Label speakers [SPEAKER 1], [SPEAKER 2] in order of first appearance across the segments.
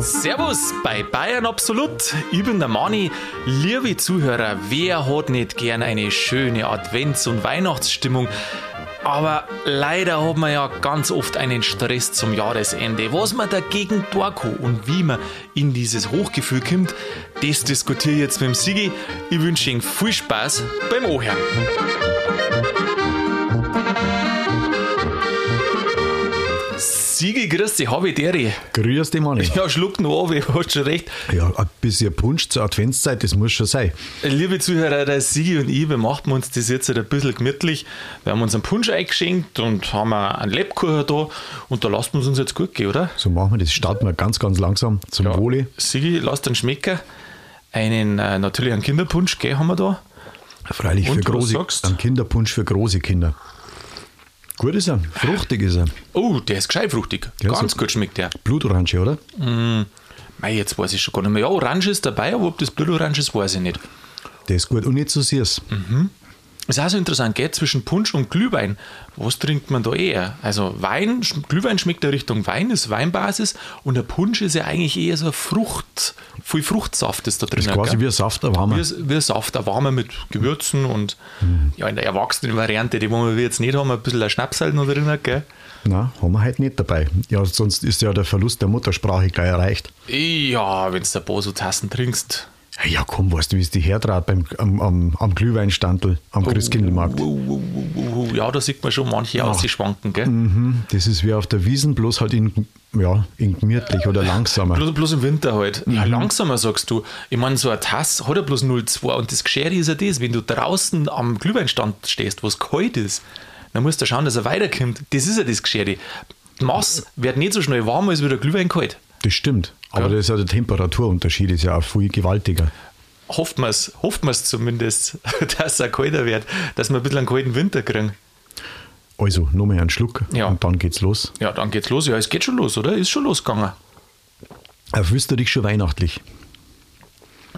[SPEAKER 1] Servus bei Bayern Absolut. Ich bin der Mani. Liebe Zuhörer, wer hat nicht gern eine schöne Advents- und Weihnachtsstimmung? Aber leider hat man ja ganz oft einen Stress zum Jahresende. Was man dagegen tun kann und wie man in dieses Hochgefühl kommt, das diskutiere ich jetzt mit dem Sigi. Ich wünsche Ihnen viel Spaß beim Ohren. Sigi, grüß dich, habe ich dir.
[SPEAKER 2] Grüß dich, Manni.
[SPEAKER 1] Ja, schluck noch ab, ich hast schon recht.
[SPEAKER 2] Ja, ein bisschen Punsch zur Adventszeit, das muss schon sein.
[SPEAKER 1] Liebe Zuhörer, der Sigi und ich, wir machen uns das jetzt halt ein bisschen gemütlich. Wir haben uns einen Punsch eingeschenkt und haben einen Lebkuchen da und da lassen wir uns jetzt gut gehen, oder?
[SPEAKER 2] So machen wir das. Starten wir ganz, ganz langsam zum
[SPEAKER 1] Ja.
[SPEAKER 2] Wohle.
[SPEAKER 1] Sigi, lass den Schmecker. Einen, äh, natürlich einen Kinderpunsch, gell, haben wir da.
[SPEAKER 2] Freilich
[SPEAKER 1] Und was
[SPEAKER 2] für große
[SPEAKER 1] sagst?
[SPEAKER 2] Ein Kinderpunsch für große Kinder. Gut ist er, fruchtig ist er.
[SPEAKER 1] Oh, der ist gescheitfruchtig.
[SPEAKER 2] Ja,
[SPEAKER 1] Ganz
[SPEAKER 2] so-
[SPEAKER 1] gut schmeckt der.
[SPEAKER 2] Blutorange, oder?
[SPEAKER 1] Mei, jetzt weiß ich schon gar nicht mehr. Ja, Orange ist dabei, aber ob das Blutorange ist, weiß ich nicht.
[SPEAKER 2] Der ist gut und nicht so süß.
[SPEAKER 1] Mhm. Ist auch so interessant, gell? Zwischen Punsch und Glühwein. Was trinkt man da eher? Also Wein, Sch- Glühwein schmeckt ja Richtung Wein, ist Weinbasis und der Punsch ist ja eigentlich eher so eine Frucht, viel Fruchtsaft ist da drin.
[SPEAKER 2] Ist quasi wie
[SPEAKER 1] gell?
[SPEAKER 2] ein Saft, ein Mhm. warmer.
[SPEAKER 1] wie, wie ein Saft, ein warmer mit Gewürzen und ja, in der Erwachsenen-Variante, die wollen wir jetzt nicht haben, ein bisschen ein Schnaps halt noch drin, gell?
[SPEAKER 2] Nein, haben wir halt nicht dabei. Ja, sonst ist ja der Verlust der Muttersprache gleich erreicht.
[SPEAKER 1] Ja, wenn du ein paar so Tassen trinkst.
[SPEAKER 2] Ja, komm, weißt du, wie es die hertrat beim, am, am, am Glühweinstandl, am Christkindlmarkt.
[SPEAKER 1] Uh, uh, uh, uh, ja, da sieht man schon manche aus, die schwanken, gell?
[SPEAKER 2] Mhm, das ist wie auf der Wiesen, bloß halt in, ja, in gemütlich oder langsamer.
[SPEAKER 1] Bloß, bloß im Winter halt. Ja, langsamer sagst du. Ich meine, so eine Tasse hat ja bloß 0,2 und das Geschere ist ja das, wenn du draußen am Glühweinstand stehst, wo es kalt ist, dann musst du schauen, dass er weiterkommt. Das ist ja das Geschere. Die Masse wird nicht so schnell warm, als wird der Glühwein kalt.
[SPEAKER 2] Das stimmt. Aber
[SPEAKER 1] Ja.
[SPEAKER 2] das ist ja der Temperaturunterschied, ist ja auch viel gewaltiger.
[SPEAKER 1] Hofft man es, hofft man es zumindest, dass er kalter wird, dass wir ein bisschen einen kalten Winter kriegen.
[SPEAKER 2] Also, nochmal einen Schluck
[SPEAKER 1] Ja.
[SPEAKER 2] und dann geht's los.
[SPEAKER 1] Ja, dann geht's los. Ja, es geht schon los, oder? Ist schon losgegangen.
[SPEAKER 2] Erfüllst Äh, du dich schon weihnachtlich?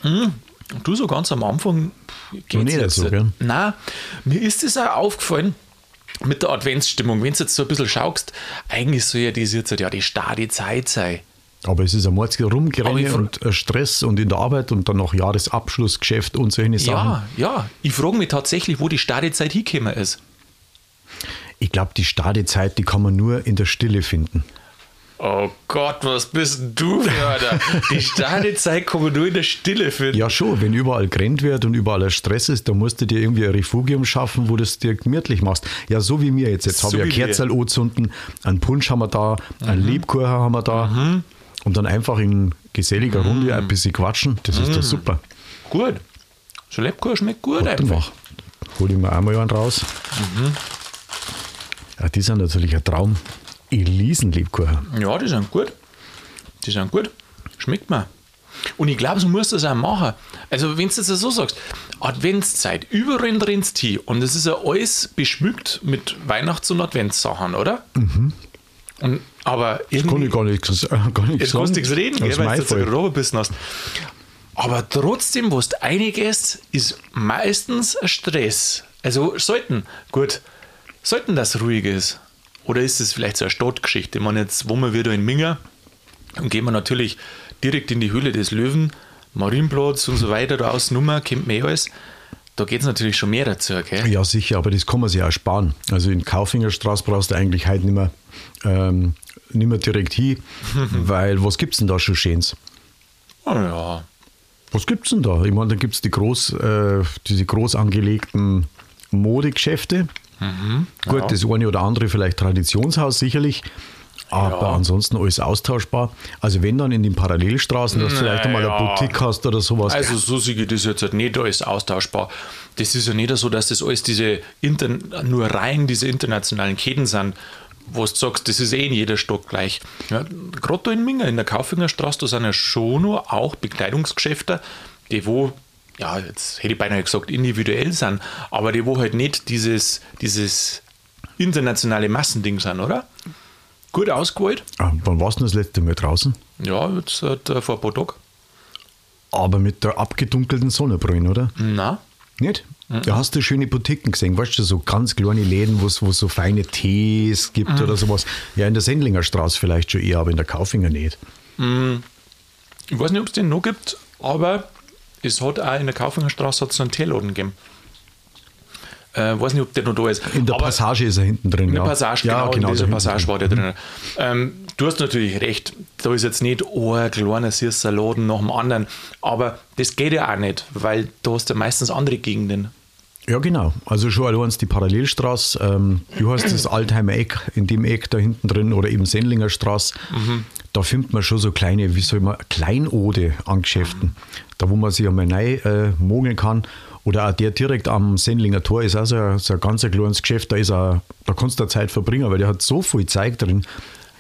[SPEAKER 1] Und du so ganz am Anfang pff, geht's
[SPEAKER 2] Noch nicht
[SPEAKER 1] jetzt
[SPEAKER 2] so, gell?
[SPEAKER 1] Nein, mir ist das auch aufgefallen mit der Adventsstimmung. Wenn du jetzt so ein bisschen schaust, eigentlich soll ja das jetzt halt ja die starre Zeit sein.
[SPEAKER 2] Aber es ist ein Mords
[SPEAKER 1] Aber ich
[SPEAKER 2] Rumgerenne
[SPEAKER 1] fr-
[SPEAKER 2] und ein Stress und in der Arbeit und dann noch Jahresabschlussgeschäft und solche Sachen.
[SPEAKER 1] Ja, ja. Ich frage mich tatsächlich, wo die starre Zeit hingekommen ist.
[SPEAKER 2] Ich glaube, die Stadezeit, die kann man nur in der Stille finden.
[SPEAKER 1] Oh Gott, was bist denn du für einer? Die starre Zeit kann man nur in der Stille finden.
[SPEAKER 2] Ja, schon, wenn überall gerannt wird und überall ein Stress ist, dann musst du dir irgendwie ein Refugium schaffen, wo du es dir gemütlich machst. Ja, so wie mir jetzt. Jetzt
[SPEAKER 1] So
[SPEAKER 2] habe ich ein
[SPEAKER 1] wie wir. Mhm.
[SPEAKER 2] Kerzel anzünden, einen Punsch haben wir da, einen Lebkuchen haben wir da. Und dann einfach in geselliger
[SPEAKER 1] Mhm.
[SPEAKER 2] Runde ein bisschen quatschen. Das ist doch super.
[SPEAKER 1] Gut. So Lebkuchen schmeckt gut
[SPEAKER 2] Dann
[SPEAKER 1] einfach.
[SPEAKER 2] mach. Hol ich mir einmal einen raus.
[SPEAKER 1] Mhm.
[SPEAKER 2] Ja, die sind natürlich ein Traum. Elisenlebkuchen.
[SPEAKER 1] Ja, die sind gut. Die sind gut. Schmeckt mir. Und ich glaube, so musst du das auch machen. Also, wenn du das so sagst, Adventszeit, überall rennst hin und es ist ja alles beschmückt mit Weihnachts- und Adventssachen, oder? Und, aber
[SPEAKER 2] Kann
[SPEAKER 1] irgendwie,
[SPEAKER 2] Mhm. ich gar nichts, äh, gar nichts
[SPEAKER 1] jetzt kannst du nichts reden,
[SPEAKER 2] Das
[SPEAKER 1] gell,
[SPEAKER 2] ist
[SPEAKER 1] weil
[SPEAKER 2] mein
[SPEAKER 1] du jetzt
[SPEAKER 2] Fall.
[SPEAKER 1] ein bisschen hast. Aber trotzdem, was du einiges ist meistens ein Stress. Also sollten, gut, sollten das ruhig ist. Oder ist es vielleicht so eine Stadtgeschichte? Ich meine, jetzt wohnen wir wieder in Minger und gehen wir natürlich direkt in die Höhle des Löwen, Marienplatz und so weiter, da aus Nummer, kennt man eh alles. Da geht es natürlich schon mehr dazu, gell?
[SPEAKER 2] Ja, sicher, aber das kann man sich auch sparen. Also in Kaufingerstraße brauchst du eigentlich heute nicht mehr, ähm, nicht mehr direkt hin, weil was gibt es denn da schon Schönes?
[SPEAKER 1] Oh ja.
[SPEAKER 2] Was gibt's denn da? Ich meine, da gibt es die groß, äh, diese groß angelegten Modegeschäfte. Gut,
[SPEAKER 1] Mhm, Ja.
[SPEAKER 2] das eine oder andere vielleicht Traditionshaus sicherlich, aber
[SPEAKER 1] Ja.
[SPEAKER 2] ansonsten alles austauschbar. Also wenn dann in den Parallelstraßen, dass du vielleicht einmal
[SPEAKER 1] Naja.
[SPEAKER 2] eine Boutique hast oder sowas.
[SPEAKER 1] Also so sehe ich das jetzt halt nicht alles austauschbar. Das ist ja nicht so, dass das alles diese Inter nur rein diese internationalen Ketten sind, wo du sagst, das ist eh in jeder Stadt gleich. Ja, Gerade da in Minger, in der Kaufingerstraße, da sind ja schon nur auch Bekleidungsgeschäfte, die wo, ja, jetzt hätte ich beinahe gesagt, individuell sind, aber die wo halt nicht dieses, dieses internationale Massending sind, oder? Gut ausgewählt.
[SPEAKER 2] Ah, wann warst du denn das letzte Mal draußen?
[SPEAKER 1] Ja, jetzt halt, äh, vor ein paar Tagen.
[SPEAKER 2] Aber mit der abgedunkelten Sonnenbrille, oder?
[SPEAKER 1] Na,
[SPEAKER 2] Nicht? Da hast du schöne Boutiquen gesehen, weißt du, so ganz kleine Läden, wo es so feine Tees gibt
[SPEAKER 1] Mhm.
[SPEAKER 2] oder sowas. Ja, in der Sendlinger Straße vielleicht schon eher, aber in der Kaufinger nicht.
[SPEAKER 1] Ich weiß nicht, ob es den noch gibt, aber es hat auch in der Kaufinger Straße hat's einen Teeladen gegeben. Äh, weiß nicht, ob der noch da ist.
[SPEAKER 2] In der
[SPEAKER 1] aber
[SPEAKER 2] Passage ist er hinten drin.
[SPEAKER 1] in
[SPEAKER 2] ja.
[SPEAKER 1] der Passage,
[SPEAKER 2] ja,
[SPEAKER 1] genau, in dieser
[SPEAKER 2] da hinten
[SPEAKER 1] Passage
[SPEAKER 2] drin.
[SPEAKER 1] war der drin. Ähm, du hast natürlich recht, da ist jetzt nicht ein kleiner süßer Laden nach dem anderen, aber das geht ja auch nicht, weil da hast du meistens andere Gegenden.
[SPEAKER 2] Ja, genau. Also schon allein die Parallelstraße, ähm, du hast das Altheimer Eck, in dem Eck da hinten drin oder eben Sendlinger Straße,
[SPEAKER 1] Mhm.
[SPEAKER 2] da findet man schon so kleine, wie soll man, Kleinode an Geschäften, da wo man sich einmal rein äh, mogeln kann. Oder auch der direkt am Sendlinger Tor ist auch so ein, so ein ganz ein kleines Geschäft, da, ist auch, da kannst du auch Zeit verbringen, weil der hat so viel Zeug drin.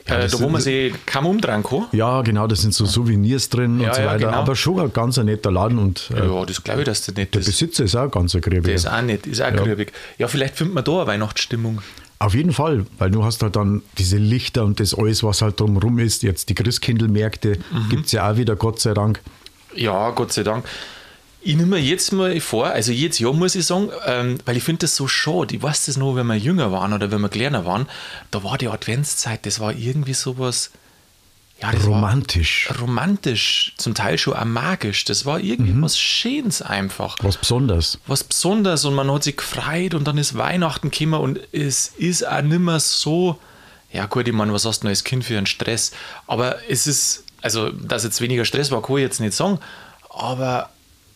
[SPEAKER 2] Ja,
[SPEAKER 1] äh,
[SPEAKER 2] das
[SPEAKER 1] da wo man
[SPEAKER 2] ist-
[SPEAKER 1] sich kaum umdrehen kann.
[SPEAKER 2] ja, genau, da sind so Souvenirs drin
[SPEAKER 1] Ja,
[SPEAKER 2] und so
[SPEAKER 1] ja,
[SPEAKER 2] weiter.
[SPEAKER 1] genau.
[SPEAKER 2] Aber schon ein ganz ein netter Laden und äh,
[SPEAKER 1] Ja, das glaube ich, dass das nicht
[SPEAKER 2] der
[SPEAKER 1] ist.
[SPEAKER 2] Besitzer ist auch ganz ein grebe.
[SPEAKER 1] Das ist auch nicht, ist auch ja. Ja, vielleicht findet man da eine Weihnachtsstimmung.
[SPEAKER 2] Auf jeden Fall, weil du hast halt dann diese Lichter und das alles, was halt drumherum ist. Jetzt die Christkindlmärkte
[SPEAKER 1] Mhm.
[SPEAKER 2] gibt's gibt es ja auch wieder, Gott sei Dank.
[SPEAKER 1] Ja, Gott sei Dank. Ich nehme mir jetzt mal vor, also jedes Jahr muss ich sagen, ähm, weil ich finde das so schade. Ich weiß das nur, wenn wir jünger waren oder wenn wir kleiner waren, da war die Adventszeit, das war irgendwie sowas. Ja, das
[SPEAKER 2] Romantisch.
[SPEAKER 1] War romantisch, zum Teil schon auch magisch. Das war irgendwie was Schönes einfach.
[SPEAKER 2] Was Besonderes.
[SPEAKER 1] was Besonderes und man hat sich gefreut und dann ist Weihnachten gekommen und es ist auch nimmer so, ja gut, ich meine, was hast du denn als Kind für einen Stress? Aber es ist, also, dass jetzt weniger Stress war, kann ich jetzt nicht sagen, aber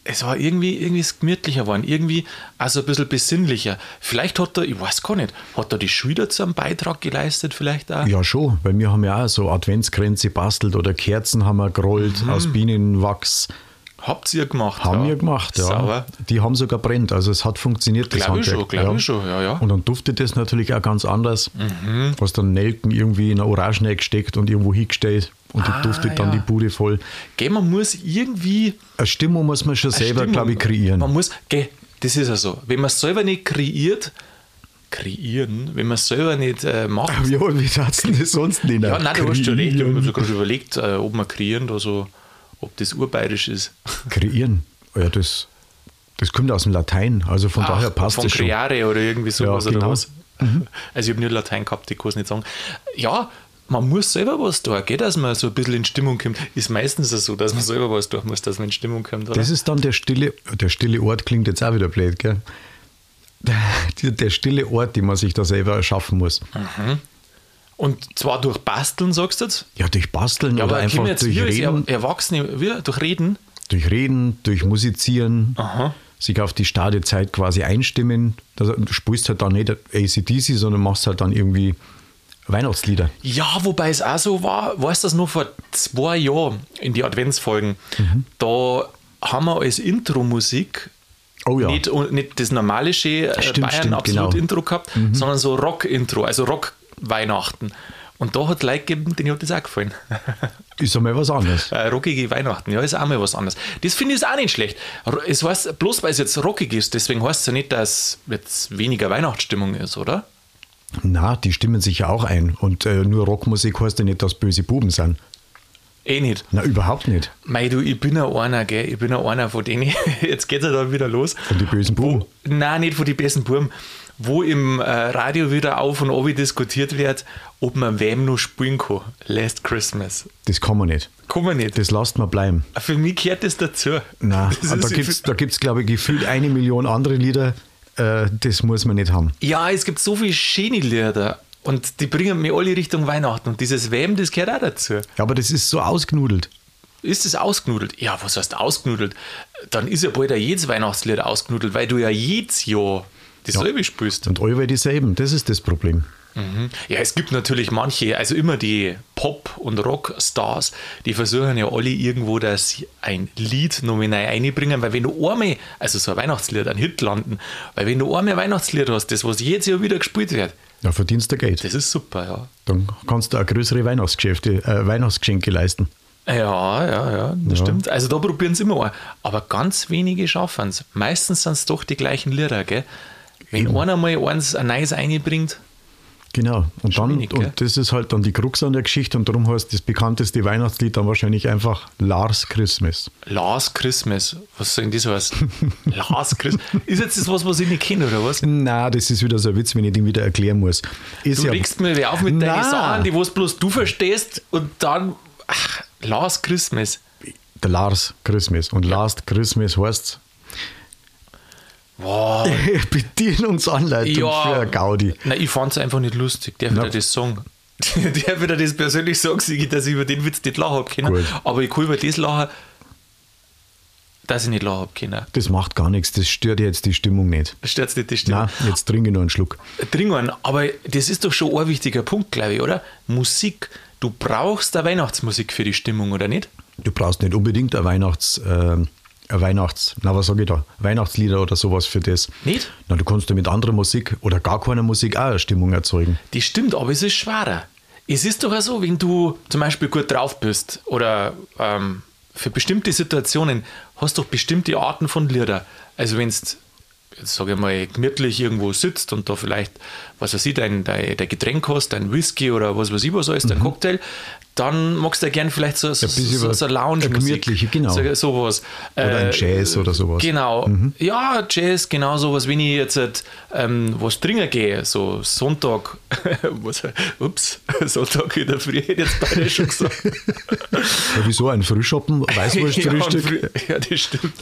[SPEAKER 1] es war irgendwie, irgendwie ist gemütlicher geworden, irgendwie also ein bisschen besinnlicher. Vielleicht hat da, ich weiß gar nicht, hat da die Schule dazu einen Beitrag geleistet vielleicht auch?
[SPEAKER 2] Ja, schon, weil wir haben ja auch so Adventskränze bastelt oder Kerzen haben wir gerollt
[SPEAKER 1] Mhm.
[SPEAKER 2] aus Bienenwachs.
[SPEAKER 1] Habt ihr gemacht?
[SPEAKER 2] Haben
[SPEAKER 1] ja.
[SPEAKER 2] wir gemacht, ja.
[SPEAKER 1] Sauber.
[SPEAKER 2] Die haben sogar brennt, also es hat funktioniert, das
[SPEAKER 1] Glaub ich
[SPEAKER 2] Handwerk.
[SPEAKER 1] schon, glaub ich schon, ja, Mhm. ja.
[SPEAKER 2] Und dann duftet das natürlich auch ganz anders. Hast dann Nelken irgendwie in eine Orange gesteckt und irgendwo hingestellt und die
[SPEAKER 1] Ah,
[SPEAKER 2] duftet dann
[SPEAKER 1] ja.
[SPEAKER 2] die Bude voll.
[SPEAKER 1] Gell, man muss irgendwie
[SPEAKER 2] Eine Stimmung muss man schon selber,
[SPEAKER 1] Stimmung.
[SPEAKER 2] glaube ich, kreieren.
[SPEAKER 1] Man muss, gell, das ist ja so. Wenn man es selber nicht kreiert, kreieren, wenn man es selber nicht äh, macht.
[SPEAKER 2] Ja, wie sagst du das sonst nicht?
[SPEAKER 1] ja, nein, du hast schon recht. Ich habe mir
[SPEAKER 2] Kreieren.
[SPEAKER 1] sogar schon überlegt, äh, ob man kreieren oder so, ob das urbayerisch ist.
[SPEAKER 2] Kreieren. Ja, das, das kommt aus dem Latein, also von daher passt
[SPEAKER 1] von
[SPEAKER 2] es schon.
[SPEAKER 1] Creare oder irgendwie sowas
[SPEAKER 2] Ja,
[SPEAKER 1] oder
[SPEAKER 2] genau.
[SPEAKER 1] was. Also ich habe nie Latein gehabt, ich kann es nicht sagen. Ja, man muss selber was tun, gell, dass man so ein bisschen in Stimmung kommt. Ist meistens so, dass man selber was tun muss, dass man in Stimmung kommt, oder?
[SPEAKER 2] Das ist dann der stille, der stille Ort klingt jetzt auch wieder blöd, gell? Der, der stille Ort, den man sich da selber erschaffen muss.
[SPEAKER 1] Und zwar durch Basteln, sagst du jetzt?
[SPEAKER 2] Ja, durch Basteln
[SPEAKER 1] Ja,
[SPEAKER 2] oder
[SPEAKER 1] aber
[SPEAKER 2] einfach
[SPEAKER 1] können wir jetzt
[SPEAKER 2] durch
[SPEAKER 1] wir als
[SPEAKER 2] Reden,
[SPEAKER 1] Er- Erwachsene, wir durch Reden,
[SPEAKER 2] durch Reden, durch Musizieren,
[SPEAKER 1] Aha.
[SPEAKER 2] sich auf die Stadezeit quasi einstimmen. Also, du spielst halt dann nicht ACDC, sondern machst halt dann irgendwie Weihnachtslieder.
[SPEAKER 1] Ja, wobei es auch so war, weißt du das noch vor zwei Jahren in die Adventsfolgen?
[SPEAKER 2] Mhm.
[SPEAKER 1] Da haben wir als Intro-Musik
[SPEAKER 2] Oh ja.
[SPEAKER 1] nicht, und nicht das normale schön, äh,
[SPEAKER 2] Stimmt,
[SPEAKER 1] Bayern
[SPEAKER 2] stimmt,
[SPEAKER 1] absolut
[SPEAKER 2] genau.
[SPEAKER 1] Intro gehabt, sondern so Rock-Intro, also Rock-Weihnachten. Und da hat Leute gegeben, denen hat das auch gefallen.
[SPEAKER 2] Ist einmal was anderes.
[SPEAKER 1] Äh, rockige Weihnachten, ja, ist auch mal was anderes. Das finde ich jetzt auch nicht schlecht. Ro- Es heißt, bloß weil es jetzt rockig ist, deswegen heißt es ja nicht, dass jetzt weniger Weihnachtsstimmung ist, oder?
[SPEAKER 2] Na, die stimmen sich ja auch ein. Und äh, nur Rockmusik heißt ja nicht, dass böse Buben sind.
[SPEAKER 1] Eh nicht.
[SPEAKER 2] Na, überhaupt nicht.
[SPEAKER 1] Mei, du, ich bin ja einer, gell? Ich bin ja einer von denen. Jetzt geht's ja dann wieder los.
[SPEAKER 2] Von den bösen Buben.
[SPEAKER 1] Nein, nicht von die besten Burm. Wo im äh, Radio wieder auf und ab diskutiert wird, ob man wem noch spielen kann. Last Christmas.
[SPEAKER 2] Das kann man nicht.
[SPEAKER 1] Kann man nicht.
[SPEAKER 2] Das lasst man bleiben.
[SPEAKER 1] Für mich gehört das dazu.
[SPEAKER 2] Na,
[SPEAKER 1] das
[SPEAKER 2] da
[SPEAKER 1] ist,
[SPEAKER 2] gibt es, da gibt's, glaube ich, gefühlt eine Million andere Lieder. Äh, das muss man nicht haben.
[SPEAKER 1] ja, es gibt so viele schöne Lieder. Und die bringen mir alle Richtung Weihnachten. Und dieses Wem, das gehört auch dazu.
[SPEAKER 2] Ja, aber das ist so ausgenudelt.
[SPEAKER 1] Ist es ausgenudelt? Ja, was heißt ausgenudelt? Dann ist ja bald auch jedes Weihnachtslied ausgenudelt, weil du ja jedes Jahr dasselbe spielst.
[SPEAKER 2] Und allweil dieselben. Das ist das Problem.
[SPEAKER 1] Mhm. Ja, es gibt natürlich manche, also immer die Pop- und Rockstars, die versuchen ja alle irgendwo, dass sie ein Lied nominell einbringen, weil wenn du einmal, also so ein Weihnachtslied, ein Hit landen, weil wenn du einmal ein Weihnachtslied hast, das, was jedes Jahr wieder gespielt wird,
[SPEAKER 2] Da verdienst du Geld.
[SPEAKER 1] das ist super,
[SPEAKER 2] Dann kannst du auch größere Weihnachtsgeschäfte, äh, Weihnachtsgeschenke leisten.
[SPEAKER 1] ja. Ja, ja, ja, das stimmt. Also da probieren sie immer an. Aber ganz wenige schaffen es. Meistens sind es doch die gleichen Lieder, gell? Wenn einer mal eins ein neues einbringt,
[SPEAKER 2] Genau. Und, dann,
[SPEAKER 1] Schwierig, gell?
[SPEAKER 2] und das ist halt dann die Krux an der Geschichte und darum heißt das bekannteste Weihnachtslied dann wahrscheinlich einfach Lars Christmas.
[SPEAKER 1] Last Christmas. Was soll denn das heißen? Last Christmas. Ist jetzt das was, was ich nicht kenne, oder was?
[SPEAKER 2] Na, das ist wieder so ein Witz, wenn ich den wieder erklären muss. Ist
[SPEAKER 1] Du regst mir wieder auf mit deinen
[SPEAKER 2] Nein.
[SPEAKER 1] Sachen, die was bloß du verstehst und dann. Ach, Last Christmas.
[SPEAKER 2] der Lars Christmas. Und Last Christmas heißt
[SPEAKER 1] Wow.
[SPEAKER 2] Bedienungsanleitung für eine Gaudi.
[SPEAKER 1] Nein, ich fand es einfach nicht lustig. Der
[SPEAKER 2] Na.
[SPEAKER 1] wieder das sagen. Der wieder das persönlich sagen, Sigi, dass ich über den Witz nicht lachen habe können.
[SPEAKER 2] Gut.
[SPEAKER 1] Aber ich kann über das lachen, dass ich nicht lachen habe können.
[SPEAKER 2] Das macht gar nichts, das stört jetzt die Stimmung nicht.
[SPEAKER 1] Stört nicht die Stimme?
[SPEAKER 2] Na, jetzt trinke ich noch einen Schluck.
[SPEAKER 1] Dringern, aber das ist doch schon ein wichtiger Punkt, glaube ich, oder? Musik. Du brauchst da Weihnachtsmusik für die Stimmung, oder nicht?
[SPEAKER 2] Du brauchst nicht unbedingt ein Weihnachts, ähm, ein Weihnachts, na was sage ich da, Weihnachtslieder oder sowas für das.
[SPEAKER 1] Nicht?
[SPEAKER 2] Na, du kannst ja mit anderer Musik oder gar keiner Musik auch eine Stimmung erzeugen.
[SPEAKER 1] Das stimmt, aber es ist schwerer. Es ist doch auch so, wenn du zum Beispiel gut drauf bist oder ähm, für bestimmte Situationen hast du doch bestimmte Arten von Lieder. Also wenn du, sage ich mal, gemütlich irgendwo sitzt und da vielleicht, was weiß ich, dein, dein, dein Getränk hast, dein Whisky oder was weiß ich was alles, dein Cocktail, dann magst du ja gern vielleicht so, so,
[SPEAKER 2] Mhm. bisschen
[SPEAKER 1] so,
[SPEAKER 2] was-
[SPEAKER 1] so lounge
[SPEAKER 2] eine gemütliche, genau.
[SPEAKER 1] So, sowas. Äh,
[SPEAKER 2] Oder ein Jazz oder sowas.
[SPEAKER 1] Genau. Ja, Jazz, genau sowas, wenn ich jetzt halt, ähm, was trinken gehe, so Sonntag, was, ups, Sonntag in der Früh, hätte ich jetzt beide schon gesagt.
[SPEAKER 2] Ja, wieso ein Frühschoppen, Weißwurstfrühstück?
[SPEAKER 1] Ja, Früh- ja, das stimmt.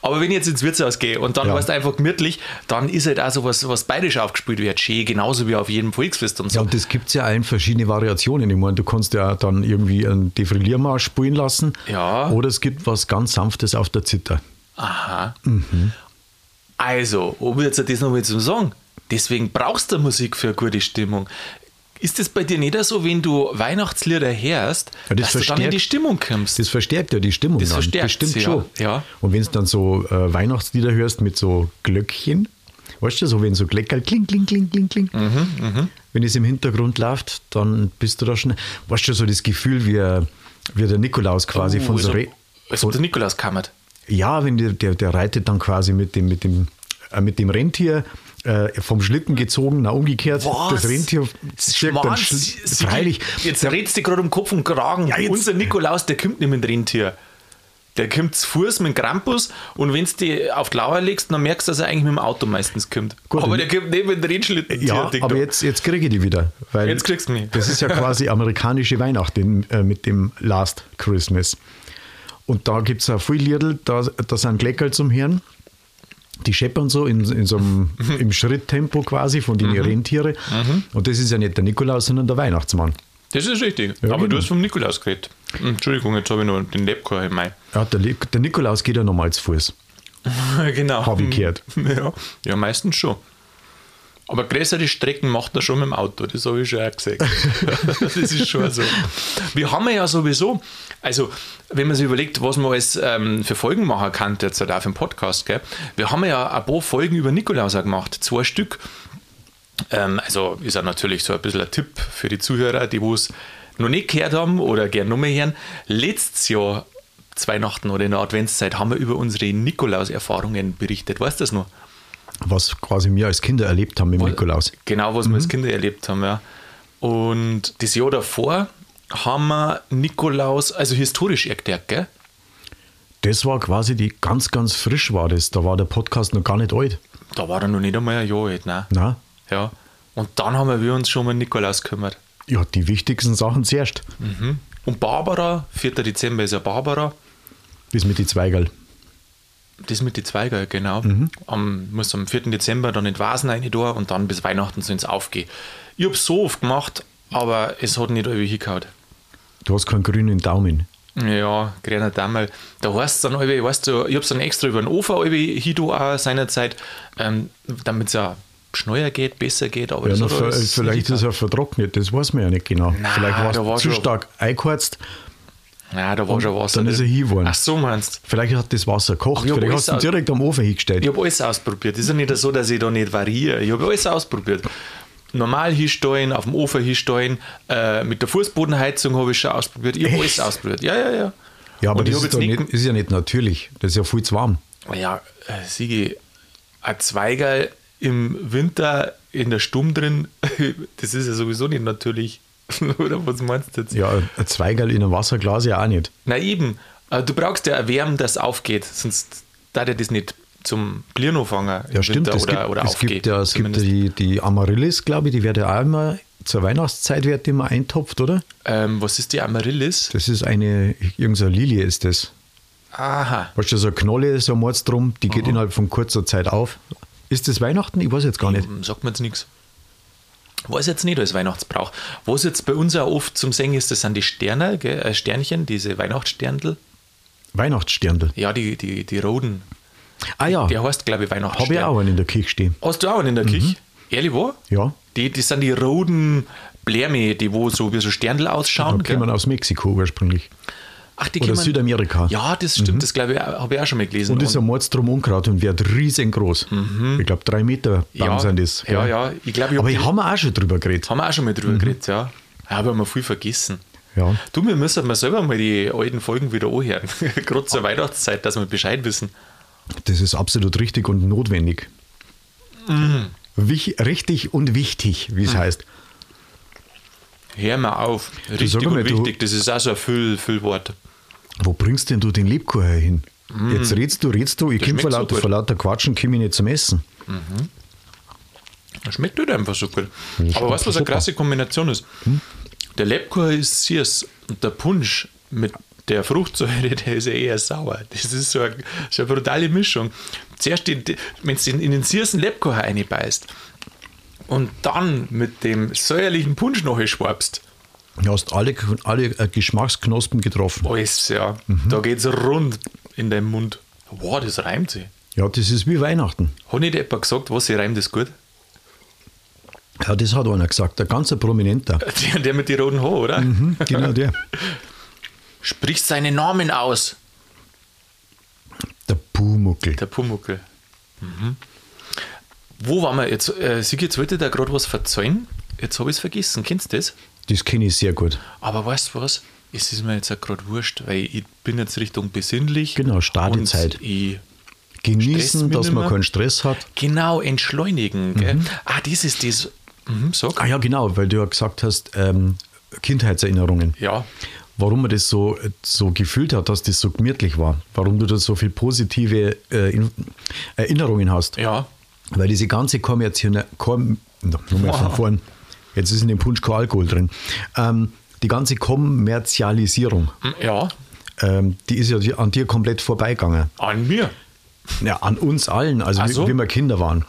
[SPEAKER 1] Aber wenn ich jetzt ins Wirtshaus gehe und dann
[SPEAKER 2] Ja.
[SPEAKER 1] warst du einfach gemütlich, dann ist halt auch so was, was bayerisch aufgespielt wird, schön, genauso wie auf jedem Volksfest und so.
[SPEAKER 2] Ja, und das gibt es ja auch in verschiedene Variationen. Ich meine, du kannst ja dann irgendwie einen Defibrilliermarsch spielen lassen.
[SPEAKER 1] Ja.
[SPEAKER 2] Oder es gibt was ganz Sanftes auf der Zither.
[SPEAKER 1] Aha.
[SPEAKER 2] Mhm.
[SPEAKER 1] Also, um jetzt das nochmal zu sagen, deswegen brauchst du Musik für eine gute Stimmung. Ist das bei dir nicht auch so, wenn du Weihnachtslieder hörst,
[SPEAKER 2] Ja,
[SPEAKER 1] dass
[SPEAKER 2] das
[SPEAKER 1] du dann in
[SPEAKER 2] verstärkt-
[SPEAKER 1] die Stimmung kommst?
[SPEAKER 2] Das verstärkt ja die Stimmung.
[SPEAKER 1] Das
[SPEAKER 2] dann.
[SPEAKER 1] verstärkt
[SPEAKER 2] Bestimmt
[SPEAKER 1] sie, ja.
[SPEAKER 2] schon.
[SPEAKER 1] Ja.
[SPEAKER 2] Und wenn du dann so äh, Weihnachtslieder hörst mit so Glöckchen, weißt du, so wenn so Glöckerl kling, kling, kling, kling, kling.
[SPEAKER 1] Mhm,
[SPEAKER 2] Wenn es im Hintergrund läuft, dann bist du da schon, weißt du, so das Gefühl, wie, äh, wie der Nikolaus quasi
[SPEAKER 1] Uh,
[SPEAKER 2] von
[SPEAKER 1] als
[SPEAKER 2] so
[SPEAKER 1] ob-
[SPEAKER 2] Re
[SPEAKER 1] als ob der Nikolaus kammert.
[SPEAKER 2] Ja, wenn der, der, der reitet dann quasi mit dem, mit dem, äh, mit dem Rentier äh, vom Schlitten gezogen, na umgekehrt, das Rentier zirkt
[SPEAKER 1] Schmarrn,
[SPEAKER 2] dann
[SPEAKER 1] Sie- Sie-
[SPEAKER 2] Schl- freilich.
[SPEAKER 1] Jetzt redst du gerade um Kopf und Kragen.
[SPEAKER 2] Ja, jetzt-
[SPEAKER 1] Unser Nikolaus, der kommt nicht mit dem Rentier. Der kommt zu Fuß mit dem Krampus und wenn du die auf die Lauer legst, dann merkst du, dass er eigentlich mit dem Auto meistens kommt.
[SPEAKER 2] Gut,
[SPEAKER 1] aber
[SPEAKER 2] und-
[SPEAKER 1] der kommt nicht mit dem Rennschlitten.
[SPEAKER 2] Ja,
[SPEAKER 1] Tier, Ding
[SPEAKER 2] aber
[SPEAKER 1] Dong.
[SPEAKER 2] jetzt, jetzt kriege ich die wieder. Weil
[SPEAKER 1] Jetzt kriegst du mich.
[SPEAKER 2] Das ist ja quasi amerikanische Weihnachten äh, mit dem Last Christmas. Und da gibt es auch viel Liedl, da, da sind Gleckerl zum Herrn. Die scheppern so in, in so einem, im Schritttempo quasi von
[SPEAKER 1] Mhm.
[SPEAKER 2] den Rentiere. Und das ist ja nicht der Nikolaus, sondern der Weihnachtsmann.
[SPEAKER 1] Das ist richtig.
[SPEAKER 2] Ja,
[SPEAKER 1] aber du
[SPEAKER 2] genau.
[SPEAKER 1] hast vom Nikolaus geredet. Entschuldigung, jetzt habe ich nur den Lebkuchen im Mai.
[SPEAKER 2] Ja, der, Li- der Nikolaus geht ja nochmal zu Fuß.
[SPEAKER 1] genau.
[SPEAKER 2] Hab ich gehört.
[SPEAKER 1] Ja. ja, meistens schon. Aber größere Strecken macht er schon mit dem Auto, das habe ich schon auch gesagt. das ist schon so. Wir haben ja sowieso, also wenn man sich überlegt, was man alles ähm, für Folgen machen kann, jetzt halt auch für den Podcast, gell? wir haben ja ein paar Folgen über Nikolaus auch gemacht, zwei Stück. Ähm, also ist auch natürlich so ein bisschen ein Tipp für die Zuhörer, die wo es noch nicht gehört haben oder gern noch mehr hören. Letztes Jahr, zu Weihnachten oder in der Adventszeit, haben wir über unsere Nikolaus-Erfahrungen berichtet. Weißt du das noch?
[SPEAKER 2] Was quasi wir als Kinder erlebt haben mit Nikolaus.
[SPEAKER 1] Genau, was wir als Kinder erlebt haben, ja. Und das Jahr davor haben wir Nikolaus, also historisch erklärt, gell?
[SPEAKER 2] Das war quasi die ganz, ganz frisch war das. Da war der Podcast noch gar nicht alt.
[SPEAKER 1] Da war er noch nicht einmal ein Jahr alt, ne?
[SPEAKER 2] Na,
[SPEAKER 1] Ja. Und dann haben wir uns schon mal Nikolaus gekümmert.
[SPEAKER 2] ja, die wichtigsten Sachen zuerst.
[SPEAKER 1] Und Barbara, 4. Dezember ist ja Barbara.
[SPEAKER 2] Das mit die Zweigerl.
[SPEAKER 1] Das mit den Zweigern, genau.
[SPEAKER 2] Mhm.
[SPEAKER 1] Am, muss am 4. Dezember dann in die Vasen rein da und dann bis Weihnachten sind es aufgehen. Ich habe so oft gemacht, aber es hat nicht irgendwie hingehauen.
[SPEAKER 2] Du hast keinen grünen Daumen.
[SPEAKER 1] Ja, gerne damals. Da heißt es dann, irgendwie, weißt du, ich habe es dann extra über den Ofen irgendwie hin da auch seinerzeit, ähm, damit es ja schneller geht, besser geht. Aber
[SPEAKER 2] Ja,
[SPEAKER 1] Also das
[SPEAKER 2] na,
[SPEAKER 1] hat
[SPEAKER 2] ver-
[SPEAKER 1] alles
[SPEAKER 2] vielleicht
[SPEAKER 1] nicht
[SPEAKER 2] ist er vertrocknet, das weiß man ja nicht genau.
[SPEAKER 1] Na,
[SPEAKER 2] vielleicht war
[SPEAKER 1] da war
[SPEAKER 2] es zu
[SPEAKER 1] schon-
[SPEAKER 2] stark eingeheizt,
[SPEAKER 1] getan. Nein, da war schon Wasser.
[SPEAKER 2] dann ist
[SPEAKER 1] drin.
[SPEAKER 2] er hin geworden.
[SPEAKER 1] Ach so, meinst
[SPEAKER 2] vielleicht hat das Wasser gekocht,
[SPEAKER 1] Ja,
[SPEAKER 2] vielleicht
[SPEAKER 1] aber
[SPEAKER 2] hast du
[SPEAKER 1] ist
[SPEAKER 2] ihn
[SPEAKER 1] auch-
[SPEAKER 2] direkt am Ofen hingestellt.
[SPEAKER 1] du? Ich habe alles ausprobiert. Ist ja nicht so, dass ich da nicht variiere. Ich habe alles ausprobiert. Normal hinstellen, auf dem Ofen hinstellen, äh, mit der Fußbodenheizung habe ich schon ausprobiert. Ich habe alles
[SPEAKER 2] Echt?
[SPEAKER 1] ausprobiert. Ja, ja, ja.
[SPEAKER 2] Ja, aber
[SPEAKER 1] Und ich
[SPEAKER 2] das
[SPEAKER 1] hab
[SPEAKER 2] ist, doch nicht, ist ja nicht natürlich, das ist ja viel zu warm.
[SPEAKER 1] Ja, äh, Sigi, ein Zweigerl im Winter in der Stumm drin, das ist ja sowieso nicht natürlich. Oder was meinst du jetzt?
[SPEAKER 2] Ja, ein Zweigerl in einem Wasserglas ja auch nicht.
[SPEAKER 1] Na eben, äh, du brauchst ja Erwärmen, das aufgeht, sonst da der das nicht zum Glirno fangen im
[SPEAKER 2] Ja, stimmt.
[SPEAKER 1] Winter
[SPEAKER 2] es
[SPEAKER 1] oder,
[SPEAKER 2] gibt,
[SPEAKER 1] oder
[SPEAKER 2] es
[SPEAKER 1] aufgeht.
[SPEAKER 2] gibt ja, es gibt ja
[SPEAKER 1] zumindest.
[SPEAKER 2] die, die Amaryllis, glaube ich, die wird ja auch immer zur Weihnachtszeit wird die immer eintopft, oder?
[SPEAKER 1] ähm, was ist die Amaryllis?
[SPEAKER 2] Das ist eine, irgendeine Lilie ist das.
[SPEAKER 1] Aha.
[SPEAKER 2] Weißt du, so eine Knolle, so ein Mords drum, die geht innerhalb von kurzer Zeit auf. Ist das Weihnachten? Ich weiß jetzt gar nicht.
[SPEAKER 1] hm, Sagt mir jetzt nichts. Weiß jetzt nicht als Weihnachtsbrauch. Was jetzt bei uns auch oft zum Singen ist, das sind die Sterne, gell? Äh, Sternchen, diese Weihnachtssterndl.
[SPEAKER 2] Weihnachtssterndl.
[SPEAKER 1] Ja, die, die, die Roden.
[SPEAKER 2] Ah ja,
[SPEAKER 1] Der
[SPEAKER 2] habe
[SPEAKER 1] heißt, glaube ich, Weihnachtsstern.
[SPEAKER 2] ich auch einen in der Kirche stehen.
[SPEAKER 1] Hast du auch einen in der Kirche? Ehrlich, wo?
[SPEAKER 2] Ja,
[SPEAKER 1] Die, das sind die roten Blärme, die wo so wie so Sterndl
[SPEAKER 2] da
[SPEAKER 1] ausschauen.
[SPEAKER 2] kommen
[SPEAKER 1] gell?
[SPEAKER 2] aus Mexiko ursprünglich.
[SPEAKER 1] Ach, die
[SPEAKER 2] Oder
[SPEAKER 1] kommen-
[SPEAKER 2] Südamerika. Mhm.
[SPEAKER 1] Ja, das stimmt, das glaube ich, habe ich auch schon mal gelesen.
[SPEAKER 2] Und ist ein Mords drum Unkraut und wird riesengroß. Ich glaube, drei Meter Baum
[SPEAKER 1] Mhm. ja,
[SPEAKER 2] sind das.
[SPEAKER 1] Ja,
[SPEAKER 2] gell?
[SPEAKER 1] ja, ich glaube, ich hab
[SPEAKER 2] Aber
[SPEAKER 1] die-
[SPEAKER 2] haben wir auch schon drüber geredet.
[SPEAKER 1] Haben wir auch schon mal drüber geredet, ja. Habe mal viel vergessen.
[SPEAKER 2] Mhm. Ja.
[SPEAKER 1] Du, wir müssen mal selber mal die alten Folgen wieder anhören. Gerade zur Weihnachtszeit, dass wir Bescheid wissen.
[SPEAKER 2] Das ist absolut richtig und notwendig.
[SPEAKER 1] Mhm.
[SPEAKER 2] Wich, richtig und wichtig, wie es heißt.
[SPEAKER 1] Hör mal auf.
[SPEAKER 2] sag
[SPEAKER 1] Richtig
[SPEAKER 2] mal,
[SPEAKER 1] und
[SPEAKER 2] du-
[SPEAKER 1] wichtig. Das ist auch so ein Füll, Füllwort.
[SPEAKER 2] Wo bringst denn du den Lebkuchen hin? Jetzt redst du, redst du, ich komme
[SPEAKER 1] Mhm. schmeckt
[SPEAKER 2] vor,
[SPEAKER 1] so
[SPEAKER 2] lauter-
[SPEAKER 1] gut.
[SPEAKER 2] vor lauter Quatschen, komme ich nicht zum Essen.
[SPEAKER 1] Das schmeckt halt einfach so gut. Aber
[SPEAKER 2] schmeckt
[SPEAKER 1] weißt du, was eine
[SPEAKER 2] super. Hm?
[SPEAKER 1] krasse Kombination ist? Der Lebkuchen ist süß und der Punsch mit der Fruchtsäure, der ist ja eher sauer. Das ist so eine, so eine brutale Mischung. Zuerst, wenn du in den süßen Lebkuchen reinbeißt und dann mit dem säuerlichen Punsch noch schwabst,
[SPEAKER 2] Du hast alle, alle äh, Geschmacksknospen getroffen.
[SPEAKER 1] alles, ja,
[SPEAKER 2] Mhm.
[SPEAKER 1] da geht's rund in deinem Mund. Wow, das reimt sich.
[SPEAKER 2] Ja, das ist wie Weihnachten.
[SPEAKER 1] Hat nicht etwa gesagt, was, ich reimt das gut?
[SPEAKER 2] Ja, das hat einer gesagt, ein ganz prominenter.
[SPEAKER 1] Der, der mit den roten Haaren, oder?
[SPEAKER 2] Hm, Genau der.
[SPEAKER 1] Spricht seinen Namen aus.
[SPEAKER 2] Der Pumuckel.
[SPEAKER 1] Der Pumuckel. Mhm. Wo waren wir jetzt? Äh, Sigi, jetzt wollte ich da gerade was verzeihen. Jetzt habe ich es vergessen. Kennst du das?
[SPEAKER 2] Das kenne ich sehr gut.
[SPEAKER 1] Aber weißt du was? Es ist mir jetzt auch gerade wurscht, weil ich bin jetzt Richtung besinnlich.
[SPEAKER 2] Genau, Stadezeit.
[SPEAKER 1] Und ich Stress
[SPEAKER 2] Genießen,
[SPEAKER 1] mir
[SPEAKER 2] dass
[SPEAKER 1] nimmer.
[SPEAKER 2] man keinen Stress hat.
[SPEAKER 1] genau entschleunigen. Gell?
[SPEAKER 2] Mhm.
[SPEAKER 1] Ah, das ist das. Mhm, sag.
[SPEAKER 2] Ah ja, genau, weil du ja gesagt hast, ähm, Kindheitserinnerungen.
[SPEAKER 1] Ja.
[SPEAKER 2] warum man das so, so gefühlt hat, dass das so gemütlich war, warum du da so viel positive äh, In- Erinnerungen hast.
[SPEAKER 1] Ja.
[SPEAKER 2] Weil diese ganze kommerzielle, kom, no, nochmal von vorn, jetzt ist in dem Punsch kein Alkohol drin, ähm, die ganze Kommerzialisierung,
[SPEAKER 1] Mhm, Ja.
[SPEAKER 2] ähm, die ist ja dir- an dir komplett vorbeigegangen.
[SPEAKER 1] An mir.
[SPEAKER 2] Ja, an uns allen, also
[SPEAKER 1] Ach
[SPEAKER 2] wie,
[SPEAKER 1] so.
[SPEAKER 2] wie wir Kinder waren.